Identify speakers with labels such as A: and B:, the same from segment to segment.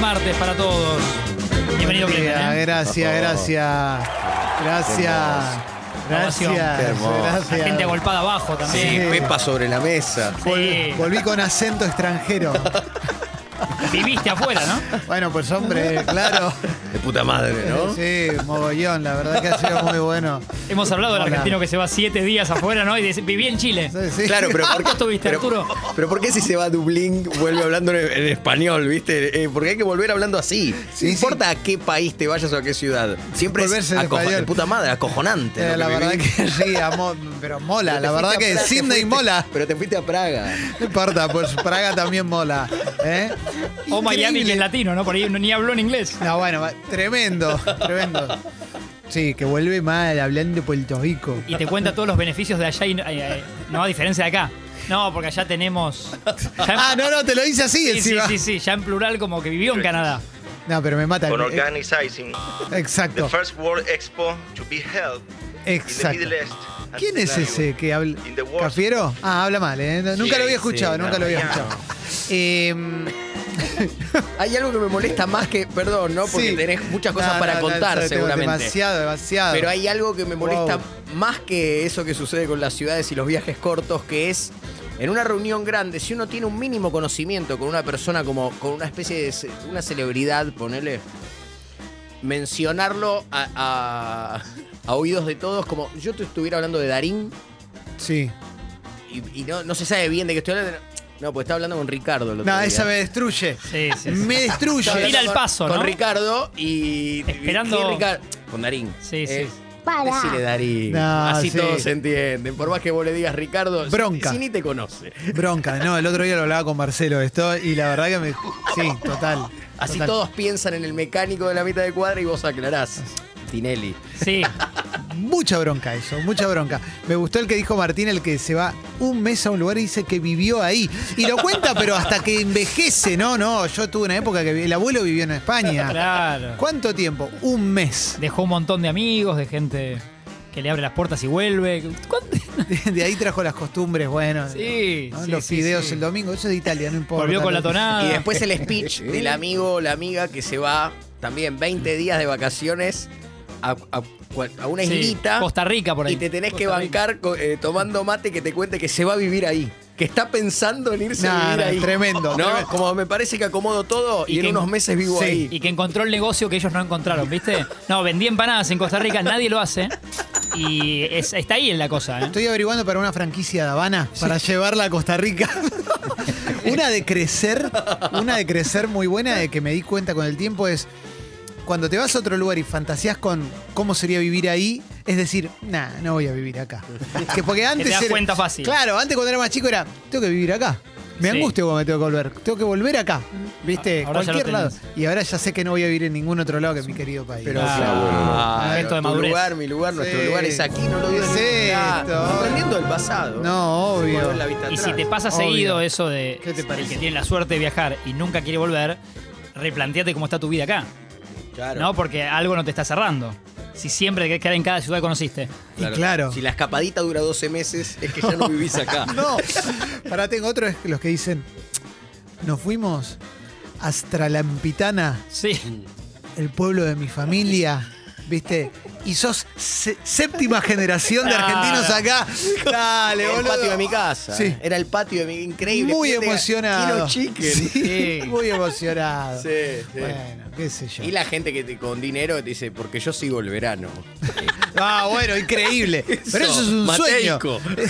A: martes para todos. Bienvenido,
B: Buen día,
A: Clemen. ¿eh?
B: Gracias, gracias. Gracias. Gracias.
A: Qué
C: hermoso.
A: La gente
B: Gracias.
A: agolpada abajo
C: Sí,
A: también.
C: Pepa sobre la mesa.
A: Sí.
B: Volví con acento extranjero.
A: Viviste afuera, ¿no?
B: Bueno, pues hombre, claro.
C: De puta madre, ¿no?
B: Sí, mogollón, la verdad que ha sido muy bueno.
A: Hemos hablado del
B: Hola.
A: argentino que se va siete días afuera, ¿no? Y dice, viví en Chile.
B: Sí, sí.
C: Claro, pero ¿por qué,
A: ¿Cuánto estuviste,
C: pero-
A: Arturo?
C: pero ¿por qué si se va a Dublín vuelve hablando en, en español, viste? Eh, porque hay que volver hablando así.
B: Sí, sí.
C: no importa a qué país te vayas o a qué ciudad. Siempre es
B: Volverse en
C: acojo-
B: español.
C: de puta madre, acojonante.
B: Eh,
C: lo
B: la
C: que
B: verdad
C: vivís.
B: que sí, amo- pero mola,
C: Pero
B: la
C: te
B: verdad
C: fuiste a
B: que
C: Praga, te
B: Sydney
C: fuiste-
B: mola.
C: Pero te fuiste a Praga.
B: No importa, pues Praga también mola. ¿eh?
A: O Miami,
B: Increíble.
A: que es latino, ¿no? Por ahí no- ni habló en inglés.
B: No, bueno, va- tremendo, tremendo. Sí, que vuelve mal hablando de Puerto Rico.
A: Y te cuenta todos los beneficios de allá y eh, eh, no a diferencia de acá. No, porque allá tenemos. ya en-
B: Ah, no, no, te lo hice así
A: sí, sí,
B: encima.
A: sí, sí, ya en plural como que vivió en Canadá.
B: No, pero me mata.
D: on
B: Eh,
D: organizing the
B: Exacto,
D: first World Expo to be held in
B: exacto.
D: the Middle East. at
B: ¿Quién es
D: Glasgow.
B: ese que habla?
D: In the world.
B: ¿Cafiero? Ah, habla mal, ¿eh? No, Nunca lo había
C: sí,
B: escuchado, nunca
C: no,
B: lo había
D: no.
B: escuchado. Em,
C: Hay algo que me molesta más que, perdón, ¿no? Porque
B: sí.
C: tenés muchas cosas
B: No,
C: para
B: no, no,
C: contar,
B: tengo
C: seguramente.
B: Demasiado, demasiado.
C: Pero hay algo que me molesta
B: Wow.
C: más que eso que sucede con las ciudades y los viajes cortos, que es en una reunión grande, si uno tiene un mínimo conocimiento con una persona como con una especie de ce- una celebridad, ponele, mencionarlo a, a- a oídos de todos como yo te estuviera hablando de Darín
B: Sí.
C: y, y no, no se sabe bien de qué estoy hablando. No, pues está hablando con Ricardo. el otro
B: No,
C: día.
B: esa me destruye.
A: Sí, sí, sí.
B: Me destruye.
C: Estaba
A: Tira
C: hablando
A: el
C: con-
A: paso,
C: con
A: ¿no?
C: Ricardo y.
A: Esperando-
C: y Ricardo- con Darín.
A: Sí, sí.
C: Para. Decile Darín.
B: No,
C: Así
B: sí.
C: todos se entienden. Por más que vos le digas Ricardo,
B: Bronca.
C: si ni te conoce.
B: Bronca, no, el otro día lo hablaba con Marcelo esto y la verdad que me. Sí, total.
C: Así
B: total.
C: todos piensan en el mecánico de la mitad de cuadra y vos aclarás. Tinelli.
A: Sí.
B: Mucha bronca eso, mucha bronca. Me gustó el que dijo Martín, el que se va un mes a un lugar y dice que vivió ahí. Y lo cuenta, pero hasta que envejece. No, no, yo tuve una época que vi- el abuelo vivió en España.
A: Claro.
B: ¿Cuánto tiempo? Un mes.
A: Dejó un montón de amigos, de gente que le abre las puertas y vuelve. ¿Cuánto?
B: De, de ahí trajo las costumbres, bueno.
A: Sí,
B: ¿no?
A: sí,
B: Los
A: sí,
B: fideos
A: sí.
B: el domingo, eso es de Italia, no importa.
A: Volvió con la tonada.
C: Y después el speech del amigo o la amiga que se va también 20 días de vacaciones a, a cual- a una
A: Sí,
C: islita.
A: Costa Rica por ahí.
C: Y te tenés que
A: Costa Rica.
C: bancar co- eh, tomando mate que te cuente que se va a vivir ahí. Que está pensando en irse
B: No,
C: a vivir
B: no,
C: ahí.
B: tremendo,
C: ¿No?
B: tremendo.
C: Como me parece que acomodo todo y,
A: Y
C: en
A: que-
C: unos meses vivo
B: Sí.
C: ahí.
A: Y que encontró el negocio que ellos no encontraron, ¿viste? No, vendí empanadas en Costa Rica, nadie lo hace. Y es- está ahí en la cosa, ¿eh?
B: Estoy averiguando para una franquicia de Habana, para llevarla a Costa Rica. una de crecer, una de crecer muy buena, de que me di cuenta con el tiempo es cuando te vas a otro lugar y fantaseas con cómo sería vivir ahí, es decir, nah, no voy a vivir acá. Que porque antes
A: das
B: era-
A: cuenta fácil.
B: Claro, antes cuando era más chico era, tengo que vivir acá. Me
A: Sí.
B: angustio cuando me tengo que volver. Tengo que volver acá. ¿Viste?
A: Ahora ya lo
B: Cualquier lado.
A: tenés.
B: Y ahora ya sé que no voy a vivir en ningún otro lado que mi querido país.
C: Pero
A: Ah,
C: claro,
A: bueno,
C: claro,
A: Un gesto de
C: tu
A: madurez.
C: lugar, mi lugar, nuestro
B: Sí.
C: lugar es aquí, no lo
B: ¿Qué
C: digo.
B: es esto?
C: Aprendiendo del pasado.
B: No,
C: Sin
B: obvio.
C: volver la vista
A: Y si
C: atrás.
A: te pasa
B: Obvio.
A: seguido eso de
B: ¿Qué te
A: el
B: parece?
A: que tiene la suerte de viajar y nunca quiere volver, replanteate cómo está tu vida acá,
C: Claro.
A: ¿no? Porque algo no te está cerrando. Si siempre te querés quedar en cada ciudad que conociste.
B: Y claro.
C: Si la escapadita dura 12 meses, es que ya no vivís acá.
B: No, para tengo otro es los que dicen, nos fuimos hasta Lampitana,
A: Sí.
B: el pueblo de mi familia, ¿viste? Y sos se- séptima generación de argentinos acá. Dale,
C: Era el
B: boludo.
C: patio de mi casa.
B: Sí.
C: Era el patio de mi increíble.
B: Muy
C: Fíjate,
B: emocionado.
C: Kino Chicken.
B: Sí,
A: Sí.
B: Muy emocionado.
C: Sí, sí.
B: Bueno, qué sé yo.
C: Y la gente que te- con dinero te dice, porque yo sigo el verano.
B: Ah, bueno, increíble. Pero eso es un
C: Mateico.
B: sueño.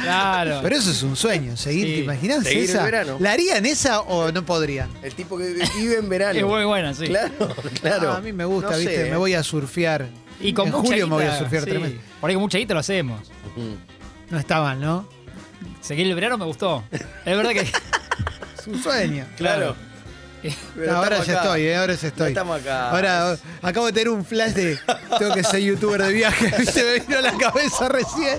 A: Claro.
B: Pero eso es un sueño, seguir,
A: Sí.
B: ¿te imaginas
C: Seguir el
B: esa?
C: verano.
B: ¿La harían esa o no podrían?
C: El tipo que vive en verano.
A: Es muy buena, sí.
C: Claro, claro.
B: Ah, a mí me gusta,
C: No sé,
B: ¿viste?
C: ¿eh?
B: Me voy a surfear.
A: Y con
B: en
A: mucha
B: julio me voy a
A: guita,
B: surfear
A: sí.
B: tremendo.
A: Por ahí con mucha guita lo hacemos.
C: ¿eh?
B: No está mal, ¿no?
A: Seguir el verano me gustó. Es verdad que.
B: Es un sueño.
C: Claro. Pero
B: ahora
C: estamos
B: ya
C: acá.
B: estoy, ¿eh? ahora ya estoy.
C: No estamos acá.
B: Ahora o- acabo de tener un flash de tengo que ser youtuber de viaje, ¿viste? Me vino a la cabeza recién.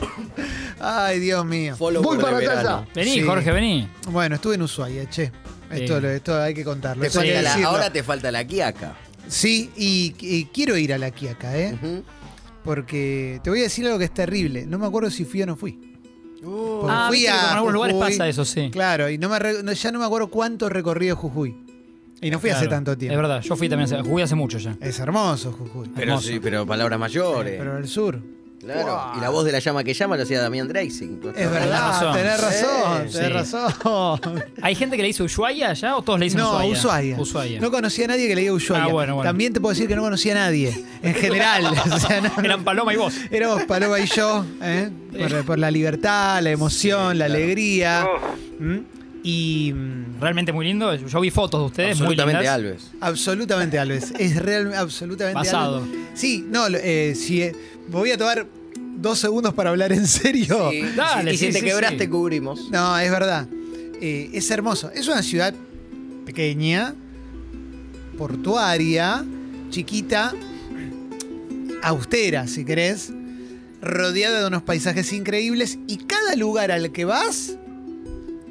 B: Ay, Dios mío.
C: Follower de verano.
A: Vení,
B: Sí.
A: Jorge, vení.
B: Bueno, estuve en Ushuaia, che. Esto,
A: Sí.
B: lo- esto hay que contarlo.
C: Te
B: eso hay
C: falta
B: que
C: la-
B: decirlo.
C: ahora te falta la quiaca.
B: Sí, y, y quiero ir a la Quiaca, ¿eh?
C: Ujú.
B: Porque te voy a decir algo que es terrible. No me acuerdo si fui o no fui.
C: Uh.
B: Porque
A: Ah,
B: fui
A: viste que
B: a
A: con algunos lugares
B: Jujuy.
A: pasa eso, sí.
B: Claro, y no me, re- no- ya no me acuerdo cuánto recorrido Jujuy. Y no fui hace
A: Claro.
B: tanto tiempo.
A: Es verdad, yo fui también hace, jugué hace mucho ya.
B: Es hermoso, Jujuy.
C: Pero
A: Hermoso.
C: sí, pero palabras mayores.
B: Pero el sur.
C: Claro. Y la voz de la llama que llama lo hacía Damián Dreising.
B: Es
A: razón.
B: verdad, tenés razón,
A: Sí.
B: tenés razón.
A: ¿Hay gente que le dice Ushuaia ya o todos le dicen
B: No,
A: Ushuaia?
B: Ushuaia.
A: Ushuaia.
B: No conocía a nadie que le diga Ushuaia.
A: Ah, bueno, bueno.
B: También te puedo decir que no conocía a nadie, en general. O sea, no-
A: Eran Paloma y vos.
B: Éramos Paloma y yo, ¿eh? por, por la libertad, la emoción, la alegría. ¿Mm? Y mm,
A: Realmente muy lindo. Yo vi fotos de ustedes, muy lindas.
C: Absolutamente Alves.
B: absolutamente, Alves. Es real, absolutamente.
A: Pasado.
B: Alves. Sí, no, lo- eh, si eh, voy a tomar dos segundos para hablar en serio.
C: Sí,
A: Dale,
C: y si
A: sí,
C: te
A: sí,
C: quebraste,
A: sí.
C: cubrimos.
B: No, es verdad. Eh, es hermoso. Es una ciudad pequeña, portuaria, chiquita, austera, si querés, rodeada de unos paisajes increíbles y cada lugar al que vas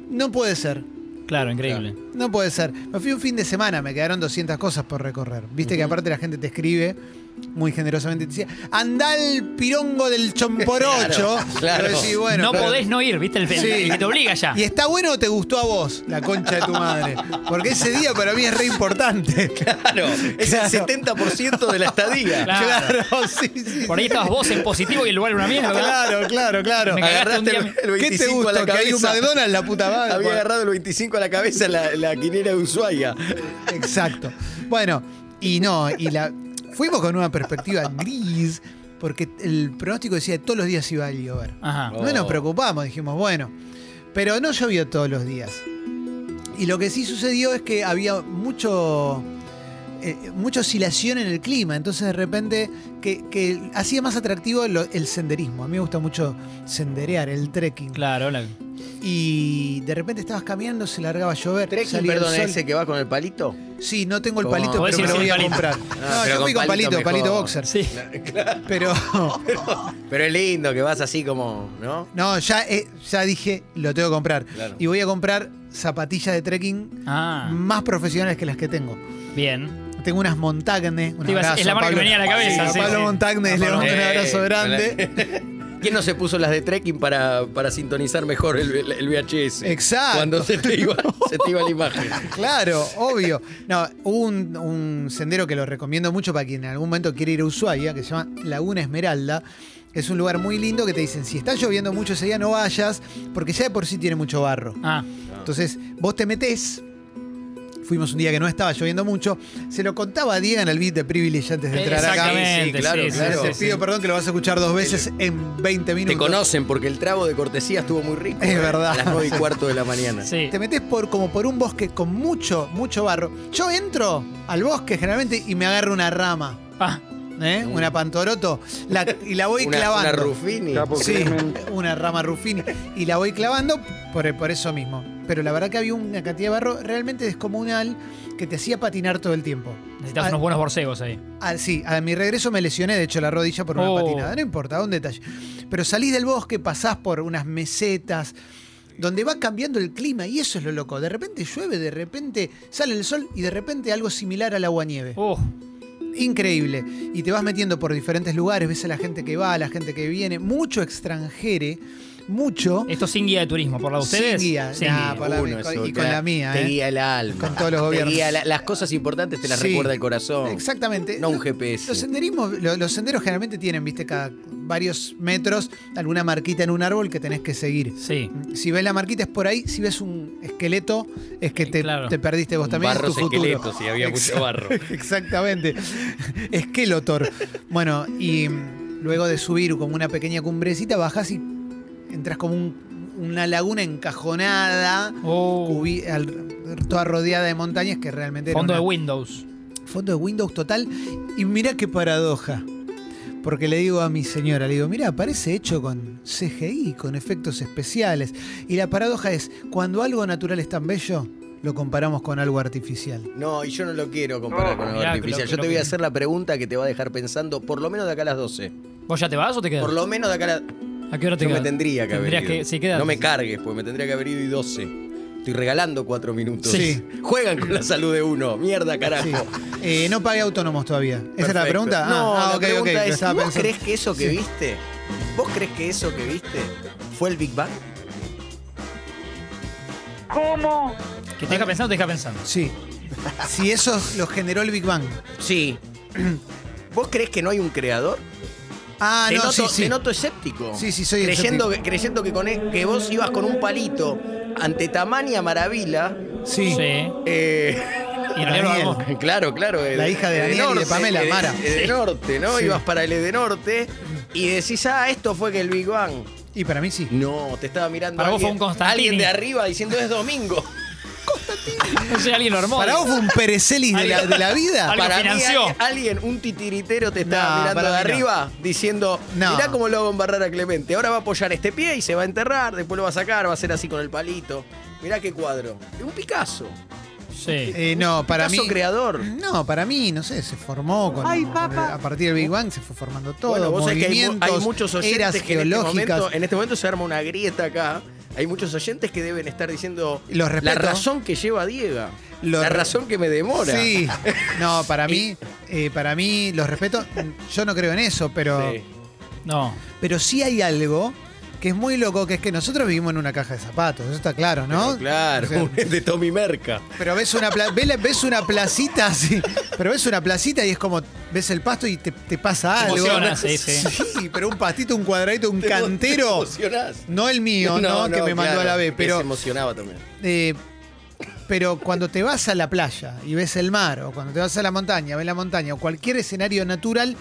B: no puede ser.
A: Claro, increíble.
B: No puede ser. Me fui un fin de semana, me quedaron 200 cosas por recorrer. Viste que aparte la gente te escribe muy generosamente y te decía, andá al pirongo del Chomporocho.
C: Claro, claro.
B: Pero decís, bueno,
A: no
B: pero-
A: podés no ir, ¿viste? El, el-
B: Sí.
A: el que te obliga ya.
B: ¿Y está bueno o te gustó a vos, la concha de tu madre? Porque ese día para mí es re importante.
C: Claro. Es
B: Claro.
C: el 70% de la estadía.
A: Claro.
B: sí, sí.
A: Por ahí estabas vos en positivo y el lugar era una mierda.
B: Claro, claro, claro.
A: Me cagaste un día.
C: Agarraste el
B: ¿Qué te
C: 25
B: gustó?
C: a la
B: ¿Que hay un
C: cabeza.
B: McDonald's, la puta madre?
C: Había
B: Bueno,
C: agarrado el 25 a la cabeza la, la quinera de Ushuaia.
B: Exacto. Bueno, y no, y la... Fuimos con una perspectiva gris, porque el pronóstico decía que todos los días iba a llover.
A: Ajá.
B: No
C: Oh.
B: nos preocupamos, dijimos, bueno. Pero no llovió todos los días. Y lo que sí sucedió es que había mucho. eh, mucha oscilación en el clima, entonces de repente que, que hacía más atractivo lo- el senderismo. A mí me gusta mucho senderear, el trekking.
A: Claro, la-
B: Y de repente estabas caminando, se largaba a llover.
C: Trekking,
B: salía el
C: perdón,
B: sol.
C: ese que va con el palito.
B: Sí, no tengo el
C: ¿Cómo?
B: palito,
A: Podés
B: pero me
A: ir sin
B: lo voy a
A: palito.
B: comprar.
C: Ah,
B: no,
C: pero
B: yo fui
C: con
B: con palito,
C: palito
B: palito,
C: mejor.
B: boxer.
A: Sí.
B: Pero
C: Pero es lindo que vas así como, ¿no?
B: no, ya, eh, ya dije, lo tengo que comprar.
C: Claro.
B: Y voy a comprar zapatillas de trekking
A: Ah,
B: más profesionales que las que tengo.
A: bien.
B: Tengo unas Montagne. Un
A: Te iba a decir,
B: abrazo
A: es la marca que
B: Pablo-
A: venía a la cabeza,
B: a
A: sí,
B: Pablo
A: sí.
B: Montagne
A: A
B: le
A: Pablo
B: mando un abrazo
C: Eh,
B: grande.
C: ¿Quién no se puso las de trekking para, para sintonizar mejor el, el- el VHS?
B: Exacto.
C: Cuando se te iba, se te iba la imagen.
B: Claro, obvio. No, hubo un, un sendero que lo recomiendo mucho para quien en algún momento quiere ir a Ushuaia, que se llama Laguna Esmeralda. Es un lugar muy lindo que te dicen, si está lloviendo mucho ese día no vayas, porque ya de por sí tiene mucho barro.
A: Ah,
B: Entonces, vos te metés. Fuimos un día que no estaba lloviendo mucho. Se lo contaba a Diego en el beat de Privilege antes de entrar acá.
A: exactamente.
C: Sí, sí, claro,
A: sí, sí,
C: claro.
A: sí,
B: Te
A: sí.
B: pido perdón que lo vas a escuchar dos veces en 20 minutos.
C: Te conocen porque el trago de cortesía estuvo muy rico.
B: Es
C: eh,
B: verdad.
C: A las 9 y cuarto de la mañana.
A: Sí.
B: Te metes por, como por un bosque con mucho, mucho barro. Yo entro al bosque generalmente y me agarro una rama,
A: Ah,
B: ¿eh? una pantoroto, la- y la voy
C: Mm. Una,
B: clavando.
C: una Ruffini.
B: Sí, una rama Ruffini. Y la voy clavando por, por eso mismo. Pero la verdad que había una cantidad de barro realmente descomunal que te hacía patinar todo el tiempo.
A: necesitas
B: Ah.
A: unos buenos borcegos ahí.
B: Ah, sí, a mi regreso me lesioné, de hecho, la rodilla por una
A: Oh.
B: patinada. No importa, un detalle. Pero salís del bosque, pasás por unas mesetas, donde va cambiando el clima, y eso es lo loco. De repente llueve, de repente sale el sol, y de repente algo similar al aguanieve.
A: Uh,
B: Increíble. Y te vas metiendo por diferentes lugares, ves a la gente que va, a la gente que viene, mucho extranjere, mucho.
A: esto sin guía de turismo, por la de
B: Sin
A: ustedes.
B: guía,
A: Sin
B: nah,
A: guía.
B: por la-
C: Uno,
B: y con-
C: eso,
B: y con
C: te-
B: la mía,
C: Te
B: eh.
C: guía el alma.
B: Con todos los
C: Te
B: gobiernos.
C: guía la- las cosas importantes te las
B: Sí.
C: recuerda el corazón.
B: Exactamente.
C: No un
B: Lo-
C: GPS.
B: Los senderismos, lo- los senderos generalmente tienen, viste, cada varios metros alguna marquita en un árbol que tenés que seguir.
A: Sí.
B: Si ves la marquita es por ahí, si ves un esqueleto es que te,
A: Claro.
B: te perdiste vos
C: Un
B: también. es
C: barros
B: tu futuro.
C: esqueletos, sí, había mucho
B: Exa-
C: barro.
B: Exactamente. Esquelotor. bueno, y mm, luego de subir como una pequeña cumbrecita, bajás y entras como un- una laguna encajonada,
A: Uh,
B: cubi- al- toda rodeada de montañas que realmente... era
A: fondo de
B: una-
A: Windows.
B: Fondo de Windows total. Y mirá qué paradoja. Porque le digo a mi señora, le digo, mirá, parece hecho con CGI, con efectos especiales. Y la paradoja es, cuando algo natural es tan bello, lo comparamos con algo artificial.
C: No, y yo no lo quiero comparar con algo
A: Mirá,
C: artificial.
A: lo-
C: yo
A: lo-
C: te voy a hacer la pregunta que te va a dejar pensando por lo menos de acá a las 12.
A: ¿Vos ya te vas o te quedas?
C: Por lo menos de acá a las...
A: ¿A qué hora te
C: Yo me
A: quedas?
C: tendría que haber
A: Tendrías
C: ido.
A: que- sí, quedate.
C: No me cargues, pues me tendría que haber ido y 12. Estoy regalando cuatro minutos.
B: Sí.
C: Juegan con la salud de uno. Mierda, carajo.
B: Sí. Eh, no pagué autónomos todavía. ¿Esa era
C: Perfecto.
B: la pregunta? Ah,
C: No,
B: ah,
C: la
B: ok, ok,
C: pregunta
B: lo
C: es,
B: estaba
C: ¿vos
B: pensando.
C: crees que eso que viste, vos crees que eso que viste fue el Big Bang?
A: Que te deja pensando, te deja pensando.
B: Sí. si eso lo generó el Big Bang.
C: Sí. ¿Vos crees que no hay un creador?
B: Ah,
C: te,
B: no,
C: noto,
B: sí, sí.
C: te noto escéptico.
B: Sí, sí, soy
C: creyendo Que, creyendo que, con e- que vos ibas con un palito ante tamaña maravilla.
B: Sí.
A: Sí.
C: eh,
A: Y en realidad lo
B: Daniel.
A: armó.
C: claro, claro. eh,
B: La hija de Daniel y de Pamela,
C: eh,
B: Mara.
C: eh, de norte, ¿no?
B: Sí.
C: Ibas para el de norte y decís, ah, esto fue que el Big Bang.
B: Y para mí sí.
C: No, te estaba mirando
A: Para vos fue
C: alguien,
A: un Constantini.
C: alguien de arriba diciendo es domingo.
A: No sé, alguien lo armó.
B: Para vos fue un perecelis de la, de la vida.
A: Algo
C: para mí
A: financió.
C: alguien, alguien, un titiritero te estaba
B: No,
C: mirando
B: para
C: de
B: mí no.
C: arriba diciendo,
B: No.
C: mirá cómo lo hago embarrar a Clemente. Ahora va a apoyar este pie y se va a enterrar, después lo va a sacar, va a hacer así con el palito. Mirá qué cuadro. Un Picasso.
A: Sí.
B: Eh, no, para mí.
C: Picasso creador.
B: No, para mí, no sé, se formó con, a partir del Big Bang, se fue formando todo.
C: bueno, vos sabés que hay mu-
B: movimientos,
C: hay, muchos
B: eras
C: oyentes que en este,
B: geológicas.
C: momento, en este momento se arma una grieta acá. Hay muchos oyentes que deben estar diciendo
B: Los
C: eh, la
B: respeto.
C: razón que lleva a Diego.
B: Los
C: la
B: re-
C: razón que me demora.
B: Sí, no, para
C: Y-
B: mí, eh, para mí, los respeto, yo no creo en eso, pero,
C: Sí.
A: No.
B: pero sí hay algo que es muy loco, que es que nosotros vivimos en una caja de zapatos, eso está claro, ¿no?
C: Pero claro,
B: O sea,
C: de Tommy Merca.
B: pero ves una, pla- ves, la- ves una placita así, pero ves una placita y es como, ves el pasto y te, te pasa algo.
A: emociona, sí, sí.
B: Sí, pero un pastito, un cuadradito, un
C: Te emo- te
B: cantero.
C: emocionás.
B: No el mío, ¿no? que me mandó
C: claro,
B: a la B,
C: que
B: pero...
C: se emocionaba también.
B: Eh, pero cuando te vas a la playa y ves el mar, o cuando te vas a la montaña, ves la montaña, o cualquier escenario natural,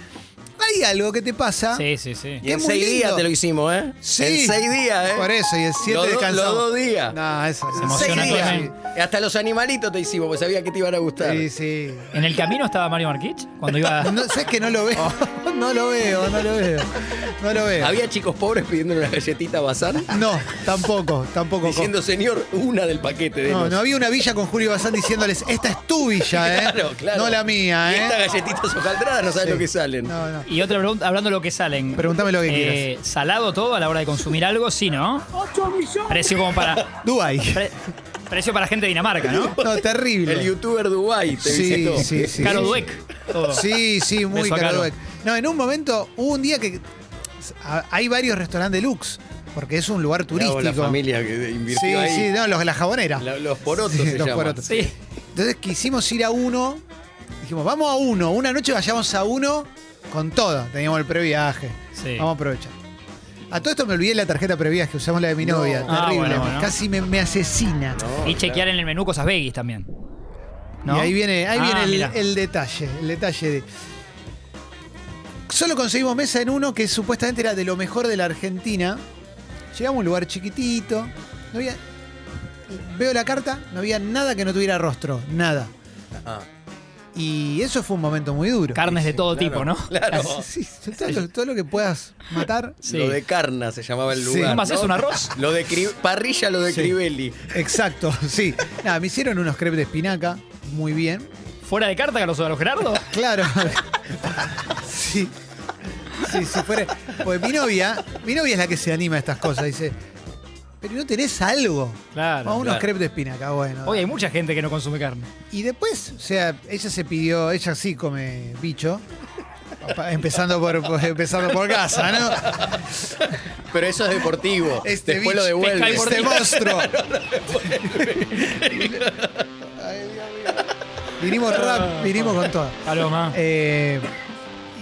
B: hay algo que te pasa.
A: Sí, sí, sí.
C: Y
B: Qué
C: en
B: muy
C: seis
B: lindo.
C: días te lo hicimos, ¿eh?
B: Sí.
C: En seis días, ¿eh?
B: Por eso, y el 7
C: Los do-
B: descansamos.
C: los dos días.
B: No, eso
A: Se
B: en
C: Seis
A: emociona
B: seis
A: todo,
B: días,
A: ¿eh?
C: Hasta los animalitos te hicimos, porque sabía que te iban a gustar.
B: Sí, sí.
A: ¿En el camino estaba Mario Marquich? Cuando iba.
B: No, ¿Sabes que no lo veo? No lo veo, no lo veo. No lo veo.
C: Había chicos pobres pidiéndole una galletita bazán,
B: No, tampoco, tampoco.
C: diciendo, señor, una del paquete de
B: No, eh, no había una villa con Julio Bazán diciéndoles, esta es tu villa, ¿eh?
C: Claro, claro.
B: No la mía,
C: Y
B: ¿eh?
C: estas galletitas hojaldradas no sabes
B: Sí.
C: lo que salen.
B: No, no.
A: Y otra pregunta, hablando de lo que salen.
B: Pregúntame lo que
A: Eh, ¿Salado todo a la hora de consumir algo? Sí, ¿no? Precio como para.
B: Dubai.
A: pre- precio para gente de Dinamarca, ¿no?
B: No, terrible.
C: El youtuber Dubai te
B: Sí,
C: visitó.
B: sí, sí.
A: Caro Dueck. Todo.
B: Sí, sí, muy
A: Beso a
B: caro.
A: Caro.
B: Dueck. No, en un momento, hubo un día que a- hay varios restaurantes deluxe, porque es un lugar
C: Mirá vos
B: turístico.
C: La familia que
B: sí,
C: invirtió ahí.
B: sí, no, los, la jabonera.
C: La- los porotos
B: Sí,
C: se
B: los
C: llaman.
B: porotos.
A: Sí.
B: Entonces quisimos ir a uno, dijimos, vamos a uno, una noche vayamos a uno con todo. Teníamos el previaje.
A: Sí.
B: Vamos a aprovechar. A todo esto me olvidé la tarjeta previaje, usamos la de mi
C: No.
B: novia.
A: Ah,
B: Terrible.
A: bueno, bueno.
B: Casi me, me asesina.
C: No,
A: Y chequear en el menú cosas veggies también. ¿No?
B: Y ahí viene, ahí
A: Ah,
B: viene el-
A: mirá.
B: el, detalle, el detalle de. Solo conseguimos mesa en uno que supuestamente era de lo mejor de la Argentina. Llegamos a un lugar chiquitito. No había. Veo la carta, no había nada que no tuviera rostro. Nada.
C: Ah.
B: Y eso fue un momento muy duro.
A: Carnes de todo
C: claro,
A: tipo, ¿no?
C: Claro.
B: Sí, todo, lo, todo lo que puedas matar.
A: Sí.
C: Lo de Carna se llamaba el
B: Sí.
C: lugar.
A: ¿Cómo haces
C: ¿no?
A: un arroz?
C: Lo de Cri- parrilla, lo de
B: Sí.
C: Crivelli.
B: Exacto, sí. Nada, me hicieron unos crepes de espinaca. Muy bien.
A: ¿Fuera de carta, Carlos Eduardo Gerardo?
B: Claro. Sí. Sí, si fuera. Pues mi novia, mi novia es la que se anima a estas cosas. Dice, pero no tenés algo.
A: Claro.
B: Vamos a unos
C: claro.
B: crepes de espinaca, bueno.
A: Ah, Hoy hay mucha gente que no consume carne.
B: Y después, o sea, ella se pidió, ella sí come bicho. Pa- Empezando por, por- empezando por casa, ¿no?
C: Pero eso es deportivo.
B: Este
C: Después
B: bicho-
C: lo
A: Pesca y
C: devuelve.
A: por
B: Este monstruo. vinimos rap, vinimos con todo.
A: Paloma.
B: Eh,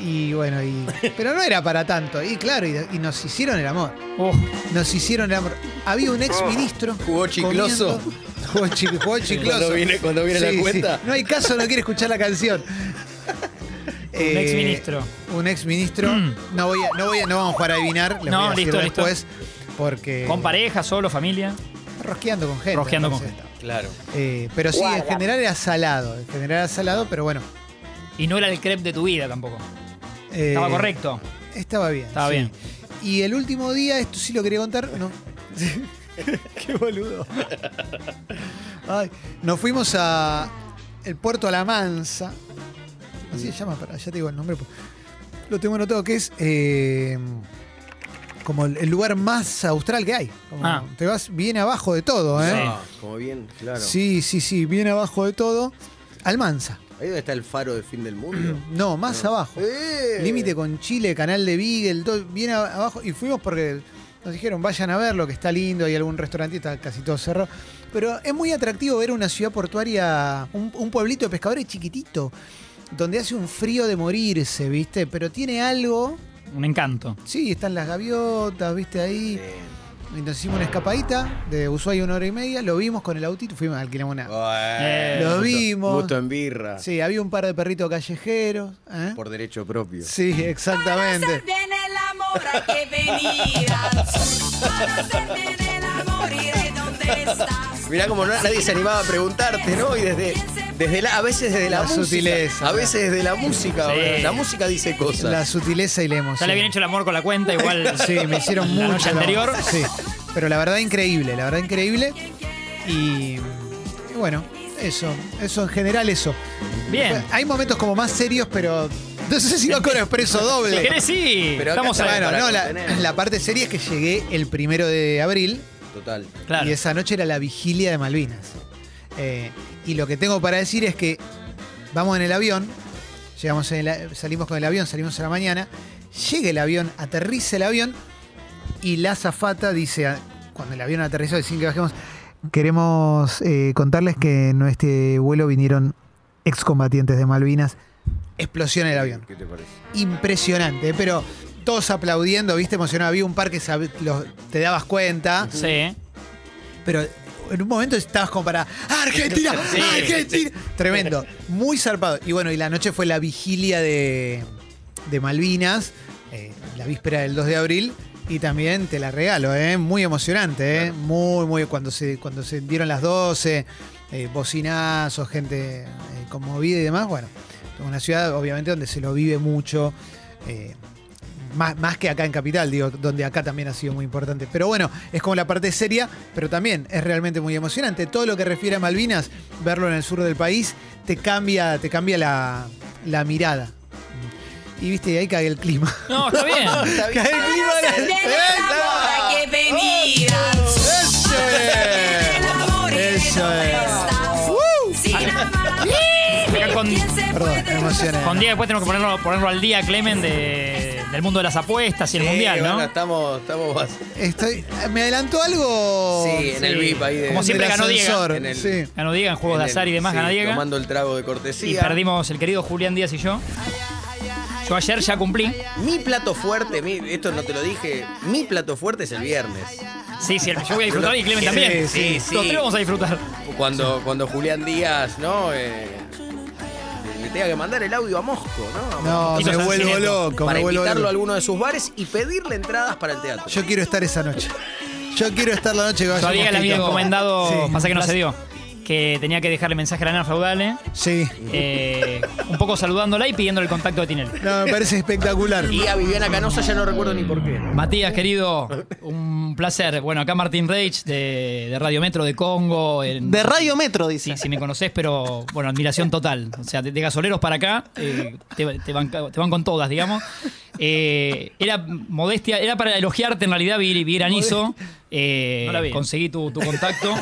B: y bueno, y, pero no era para tanto. Y claro, y, y nos hicieron el amor.
A: Uf,
B: Nos hicieron el amor. Había un ex ministro.
C: Oh, ¿Jugó chicloso?
B: Jugó, chi- jugó chicloso.
C: Cuando viene- cuando viene la cuenta.
B: No hay caso, no quiere escuchar la canción. Eh,
A: exministro.
B: Un ex ministro. No, voy a, no, voy a- no vamos a jugar a adivinar. Les
A: No,
B: voy a decir
A: listo, listo.
B: después. Porque.
A: Con pareja, solo, familia.
B: Rosqueando con gente.
A: Rosqueando con
B: entonces.
C: Claro.
B: Eh, pero sí, en general era salado. En general era salado, pero bueno.
A: Y no era el crepe de tu vida tampoco.
B: eh,
A: Estaba correcto.
B: Estaba bien.
A: Estaba
B: sí.
A: bien.
B: Y el último día, esto sí lo quería contar, no. Qué boludo. Ay, nos fuimos a el puerto La Mansa. Así se llama, para, ya te digo el nombre. porque Lo tengo anotado que es eh, como el el lugar más austral que hay. Como
A: Ah.
B: Te vas bien abajo de todo, ¿eh?
C: Ah, como bien, claro.
B: Sí, sí, sí, bien abajo de todo. Almanza.
C: Ahí donde está el faro del fin del mundo.
B: No, más abajo.
C: ¡Eh!
B: Límite con Chile, canal de Beagle, todo bien a- abajo. Y fuimos porque Nos dijeron, vayan a verlo, que está lindo, hay algún restaurante, está casi todo cerrado. Pero es muy atractivo ver una ciudad portuaria, un, un pueblito de pescadores chiquitito, donde hace un frío de morirse, ¿viste? Pero tiene algo.
A: Un encanto.
B: Sí, están las gaviotas, ¿viste? Ahí.
C: Eh,
B: Y Nos hicimos una escapadita de Ushuaia una hora y media, lo vimos con el autito, fuimos, alquilamos
C: Oh,
B: una.
C: bueno,
B: Eh, Lo
C: gusto-
B: vimos.
C: Gusto en
A: Ah.
C: birra.
B: Sí, había un par de perritos callejeros. ¿eh?
C: Por derecho propio.
B: Sí, exactamente.
E: Bien el amor hay que venir al sur. Para hacer bien el amor y de dónde estás.
C: Mirá como no- nadie se animaba a preguntarte, ¿no? Y desde, desde la, a veces desde la,
B: La
C: música,
B: sutileza.
C: A veces desde la música.
A: Sí.
C: bueno, La música dice cosas.
B: La sutileza y la emoción.
A: Sale bien hecho el amor con la cuenta, igual.
B: Sí, me hicieron
A: la
B: mucho.
A: noche
B: la-
A: anterior.
B: Sí. Pero la verdad increíble, la verdad increíble. Y, y bueno, eso, eso en general eso.
A: Bien.
B: Hay momentos como más serios, pero no sé si va con expreso
A: Si
B: doble.
A: querés, sí.
C: Pero acá
A: Estamos
C: está-
A: a-
B: Bueno,
C: para
B: no, la,
C: contener.
B: la parte seria es que llegué el primero de abril
C: Total.
A: Claro.
B: y esa noche era la vigilia de Malvinas. Eh, y lo que tengo para decir es que vamos en el avión, llegamos en el a- salimos con el avión, salimos a la mañana, llega el avión, aterriza el avión y la azafata dice, a- cuando el avión aterrizó, sin que bajemos, queremos eh, contarles que en este vuelo vinieron excombatientes de Malvinas, explosión en el avión
C: ¿Qué te parece?
B: impresionante, pero todos aplaudiendo, viste, emocionado. Había un par que sab- los- te dabas cuenta,
A: Sí. ¿eh?
B: pero en un momento estabas como para ¡Argentina!
A: Sí,
B: ¡Argentina! Tremendo, muy zarpado. Y bueno, y la noche fue la vigilia de, de Malvinas, eh, la víspera del 2 de abril. Y también te la regalo, ¿eh? muy emocionante, ¿eh? muy, muy, cuando se, cuando se dieron las 12, eh, bocinazos, gente eh, conmovida y demás, bueno, una ciudad obviamente donde se lo vive mucho, eh, más, más que acá en Capital, digo, donde acá también ha sido muy importante. Pero bueno, es como la parte seria, pero también es realmente muy emocionante. Todo lo que refiere a Malvinas, verlo en el sur del país, te cambia, te cambia la, la mirada. Y viste, ahí cae el clima.
A: No, está bien.
C: Está bien.
E: Hacer bien el amor hay que venir al sur. El amor y
B: ¡Oh!
E: de
B: Eso
E: dónde
B: es.
E: estás. Sin amar,
A: Acá con,
E: ¿quién se
B: Perdón,
E: puede
B: me emocioné.
A: con Diego después tenemos que ponerlo, ponerlo al día, Clemen, de- del mundo de las apuestas y el
C: Sí,
A: mundial, ¿no?
C: Eh, bueno, estamos, estamos más-
B: Estoy, ¿Me adelantó algo?
C: Sí, en el VIP ahí de-
A: Como siempre
B: del
A: ganó Diego.
B: ascensor?
C: En el-
B: Sí.
A: Ganó Diego en juegos
C: en
A: de
C: el-
A: azar y demás,
C: sí,
A: ganó Diego.
C: Tomando el trago de cortesía.
A: Y perdimos el querido Julián Díaz y yo. Yo ayer ya cumplí.
C: Mi plato fuerte, mi- esto no te lo dije, mi plato fuerte es el viernes.
A: Sí, sí, yo voy a disfrutar y Clemen
C: Sí,
A: también.
C: sí, sí.
A: Los tres vamos a disfrutar.
C: Cuando, cuando Julián Díaz, ¿no? Eh, le tenga que mandar el audio a Mosco, ¿no? A
B: No,
A: Hizo
B: me
A: San
B: vuelvo
A: Sineto.
B: loco,
C: para
B: me vuelvo
C: invitarlo
B: loco.
C: a alguno de sus bares y pedirle entradas para el teatro.
B: Yo quiero estar esa noche. Yo quiero estar la noche que vaya
A: Todavía le había
B: Mosquito.
A: encomendado,
B: Sí.
A: pasa que no se dio, que tenía que dejarle mensaje a la nana feudale,
B: Sí.
A: eh, un poco saludándola y pidiéndole el contacto de Tinelli.
B: No, me parece espectacular.
C: Y a Viviana Canosa ya no recuerdo ni por qué.
A: Matías, querido, un placer. Bueno, acá Martín Reich de, de Radio Metro de Congo. en-
F: De Radio Metro, dice.
A: si, si me conocés, pero bueno, admiración total. O sea, de, de gasoleros para acá, eh, te, te van, te van con todas, digamos. Eh, era modestia, era para elogiarte en realidad, Vi- Vi Granizo. Eh, conseguí tu, tu contacto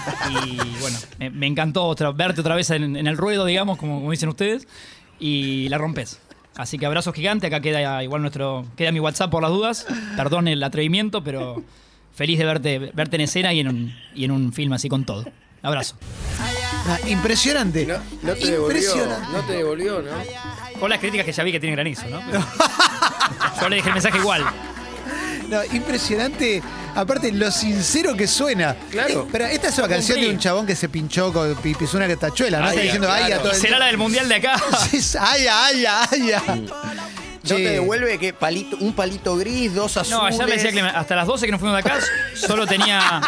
A: y bueno, me, me encantó otra- verte otra vez en, en el ruedo, digamos, como, como dicen ustedes, y la rompes. Así que abrazo gigante, acá queda igual nuestro, queda mi WhatsApp por las dudas, perdón el atrevimiento, pero feliz de verte, verte en escena y en un, y en un film así con todo. Abrazo.
B: Ah, impresionante.
C: No, no te devolvió,
B: impresionante.
C: no te devolvió, ¿no?
A: Con las críticas que ya vi que tiene granizo, ¿no? Pero- Yo le dije el mensaje igual.
B: No, impresionante. Aparte, lo sincero que suena.
C: Claro.
B: Eh, Pero esta es una
A: Cumplí.
B: canción de un chabón que se pinchó con pi- pisó una tachuela, ¿no?
C: Ay,
B: Está diciendo
C: claro.
B: ay a todo el
A: Será la del mundial de acá.
B: Sí, Ay, ay, ay, ay.
C: No
B: Che,
C: te devuelve que palito, un palito gris, dos azules.
A: No, ayer me decía que hasta las 12 que nos fuimos de acá solo tenía,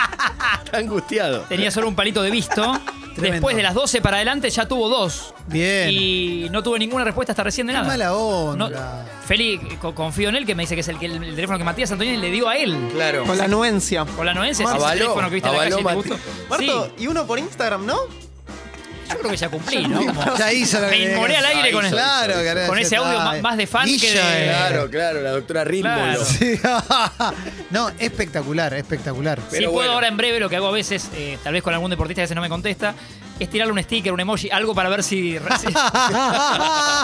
C: Está angustiado.
A: tenía solo un palito de visto. Después de las 12 para adelante ya tuvo dos.
B: Bien.
A: Y no tuve ninguna respuesta hasta recién de
B: Qué
A: nada.
B: mala onda.
A: No, Feli, co- confío en él, que me dice que es el, que el, el teléfono que Matías Antonini le dio a él.
C: Claro.
F: Con la anuencia.
A: Con la noencia, ese es el
C: Avaló,
A: teléfono que viste en la
C: avaló
A: calle y te
C: Mati.
A: gustó.
F: Marto,
A: Sí,
F: y uno por Instagram, ¿no?
A: yo creo que ya cumplí, ¿no? Como-
B: Ya hizo lo
A: Me
B: que-
A: inmoré al aire con
C: eso.
B: Claro,
C: Con
B: carajo,
A: ese audio
B: ay.
A: más- más de fan que
B: Guille.
A: de-
B: Eh,
C: Claro, claro, la doctora Ritmo.
A: Claro.
C: lo-
B: Sí. no, espectacular, espectacular.
A: sí
C: Pero
A: puedo
C: bueno.
A: ahora en breve lo que hago a veces, eh, tal vez con algún deportista que a veces no me contesta, es tirarle un sticker, un emoji, algo para ver si, re- si,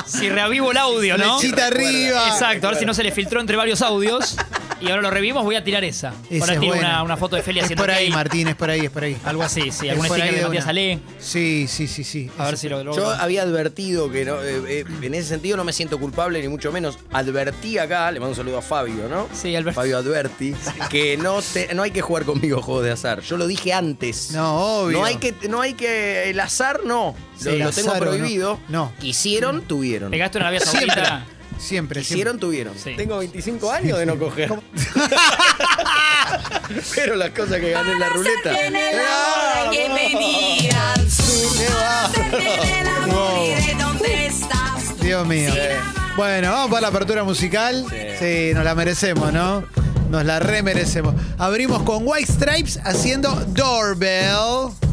A: si reavivo el audio, ¿no?
B: Flechita arriba.
A: Exacto, a ver si no se le filtró entre varios audios. Y ahora lo revivimos, voy a tirar esa.
B: Esa
A: ahora
B: es
A: tiro
B: buena.
A: una, una foto de Feli
B: Es
A: haciendo
B: por ahí,
A: gay.
B: Martín, es por ahí, es por ahí.
A: Algo así, sí.
B: Es
A: Algún
B: por ahí
A: sticker de
B: de
A: Matías
B: una.
A: Ale.
B: Sí, sí, sí, sí.
A: A ver si lo logro.
C: Yo había advertido que no, eh, eh, en ese sentido no me siento culpable ni mucho menos. Advertí acá, le mando un saludo a Fabio, ¿no?
A: Sí, Alberto.
C: Fabio advertí que no, te- no hay que jugar conmigo juegos de azar. Yo lo dije antes.
B: No, obvio.
C: No hay que, no hay que el azar no. Lo-
B: Sí,
C: lo,
B: el
C: tengo
B: azar o no.
C: prohibido.
B: No.
C: Quisieron, tuvieron.
A: Pegaste una vía
B: Siempre.
A: saudita.
B: Siempre, siempre.
C: Quisieron, tuvieron.
A: Sí.
C: Tengo 25 años de no coger. Pero las cosas que gané en la ruleta.
E: Bien el amor, hay que venir al sur. Para hacer bien el amor y de dónde estás tú.
B: Dios mío. Bueno, vamos para la apertura musical. Sí. nos la merecemos, ¿no? Nos la remerecemos. Abrimos con White Stripes haciendo Doorbell.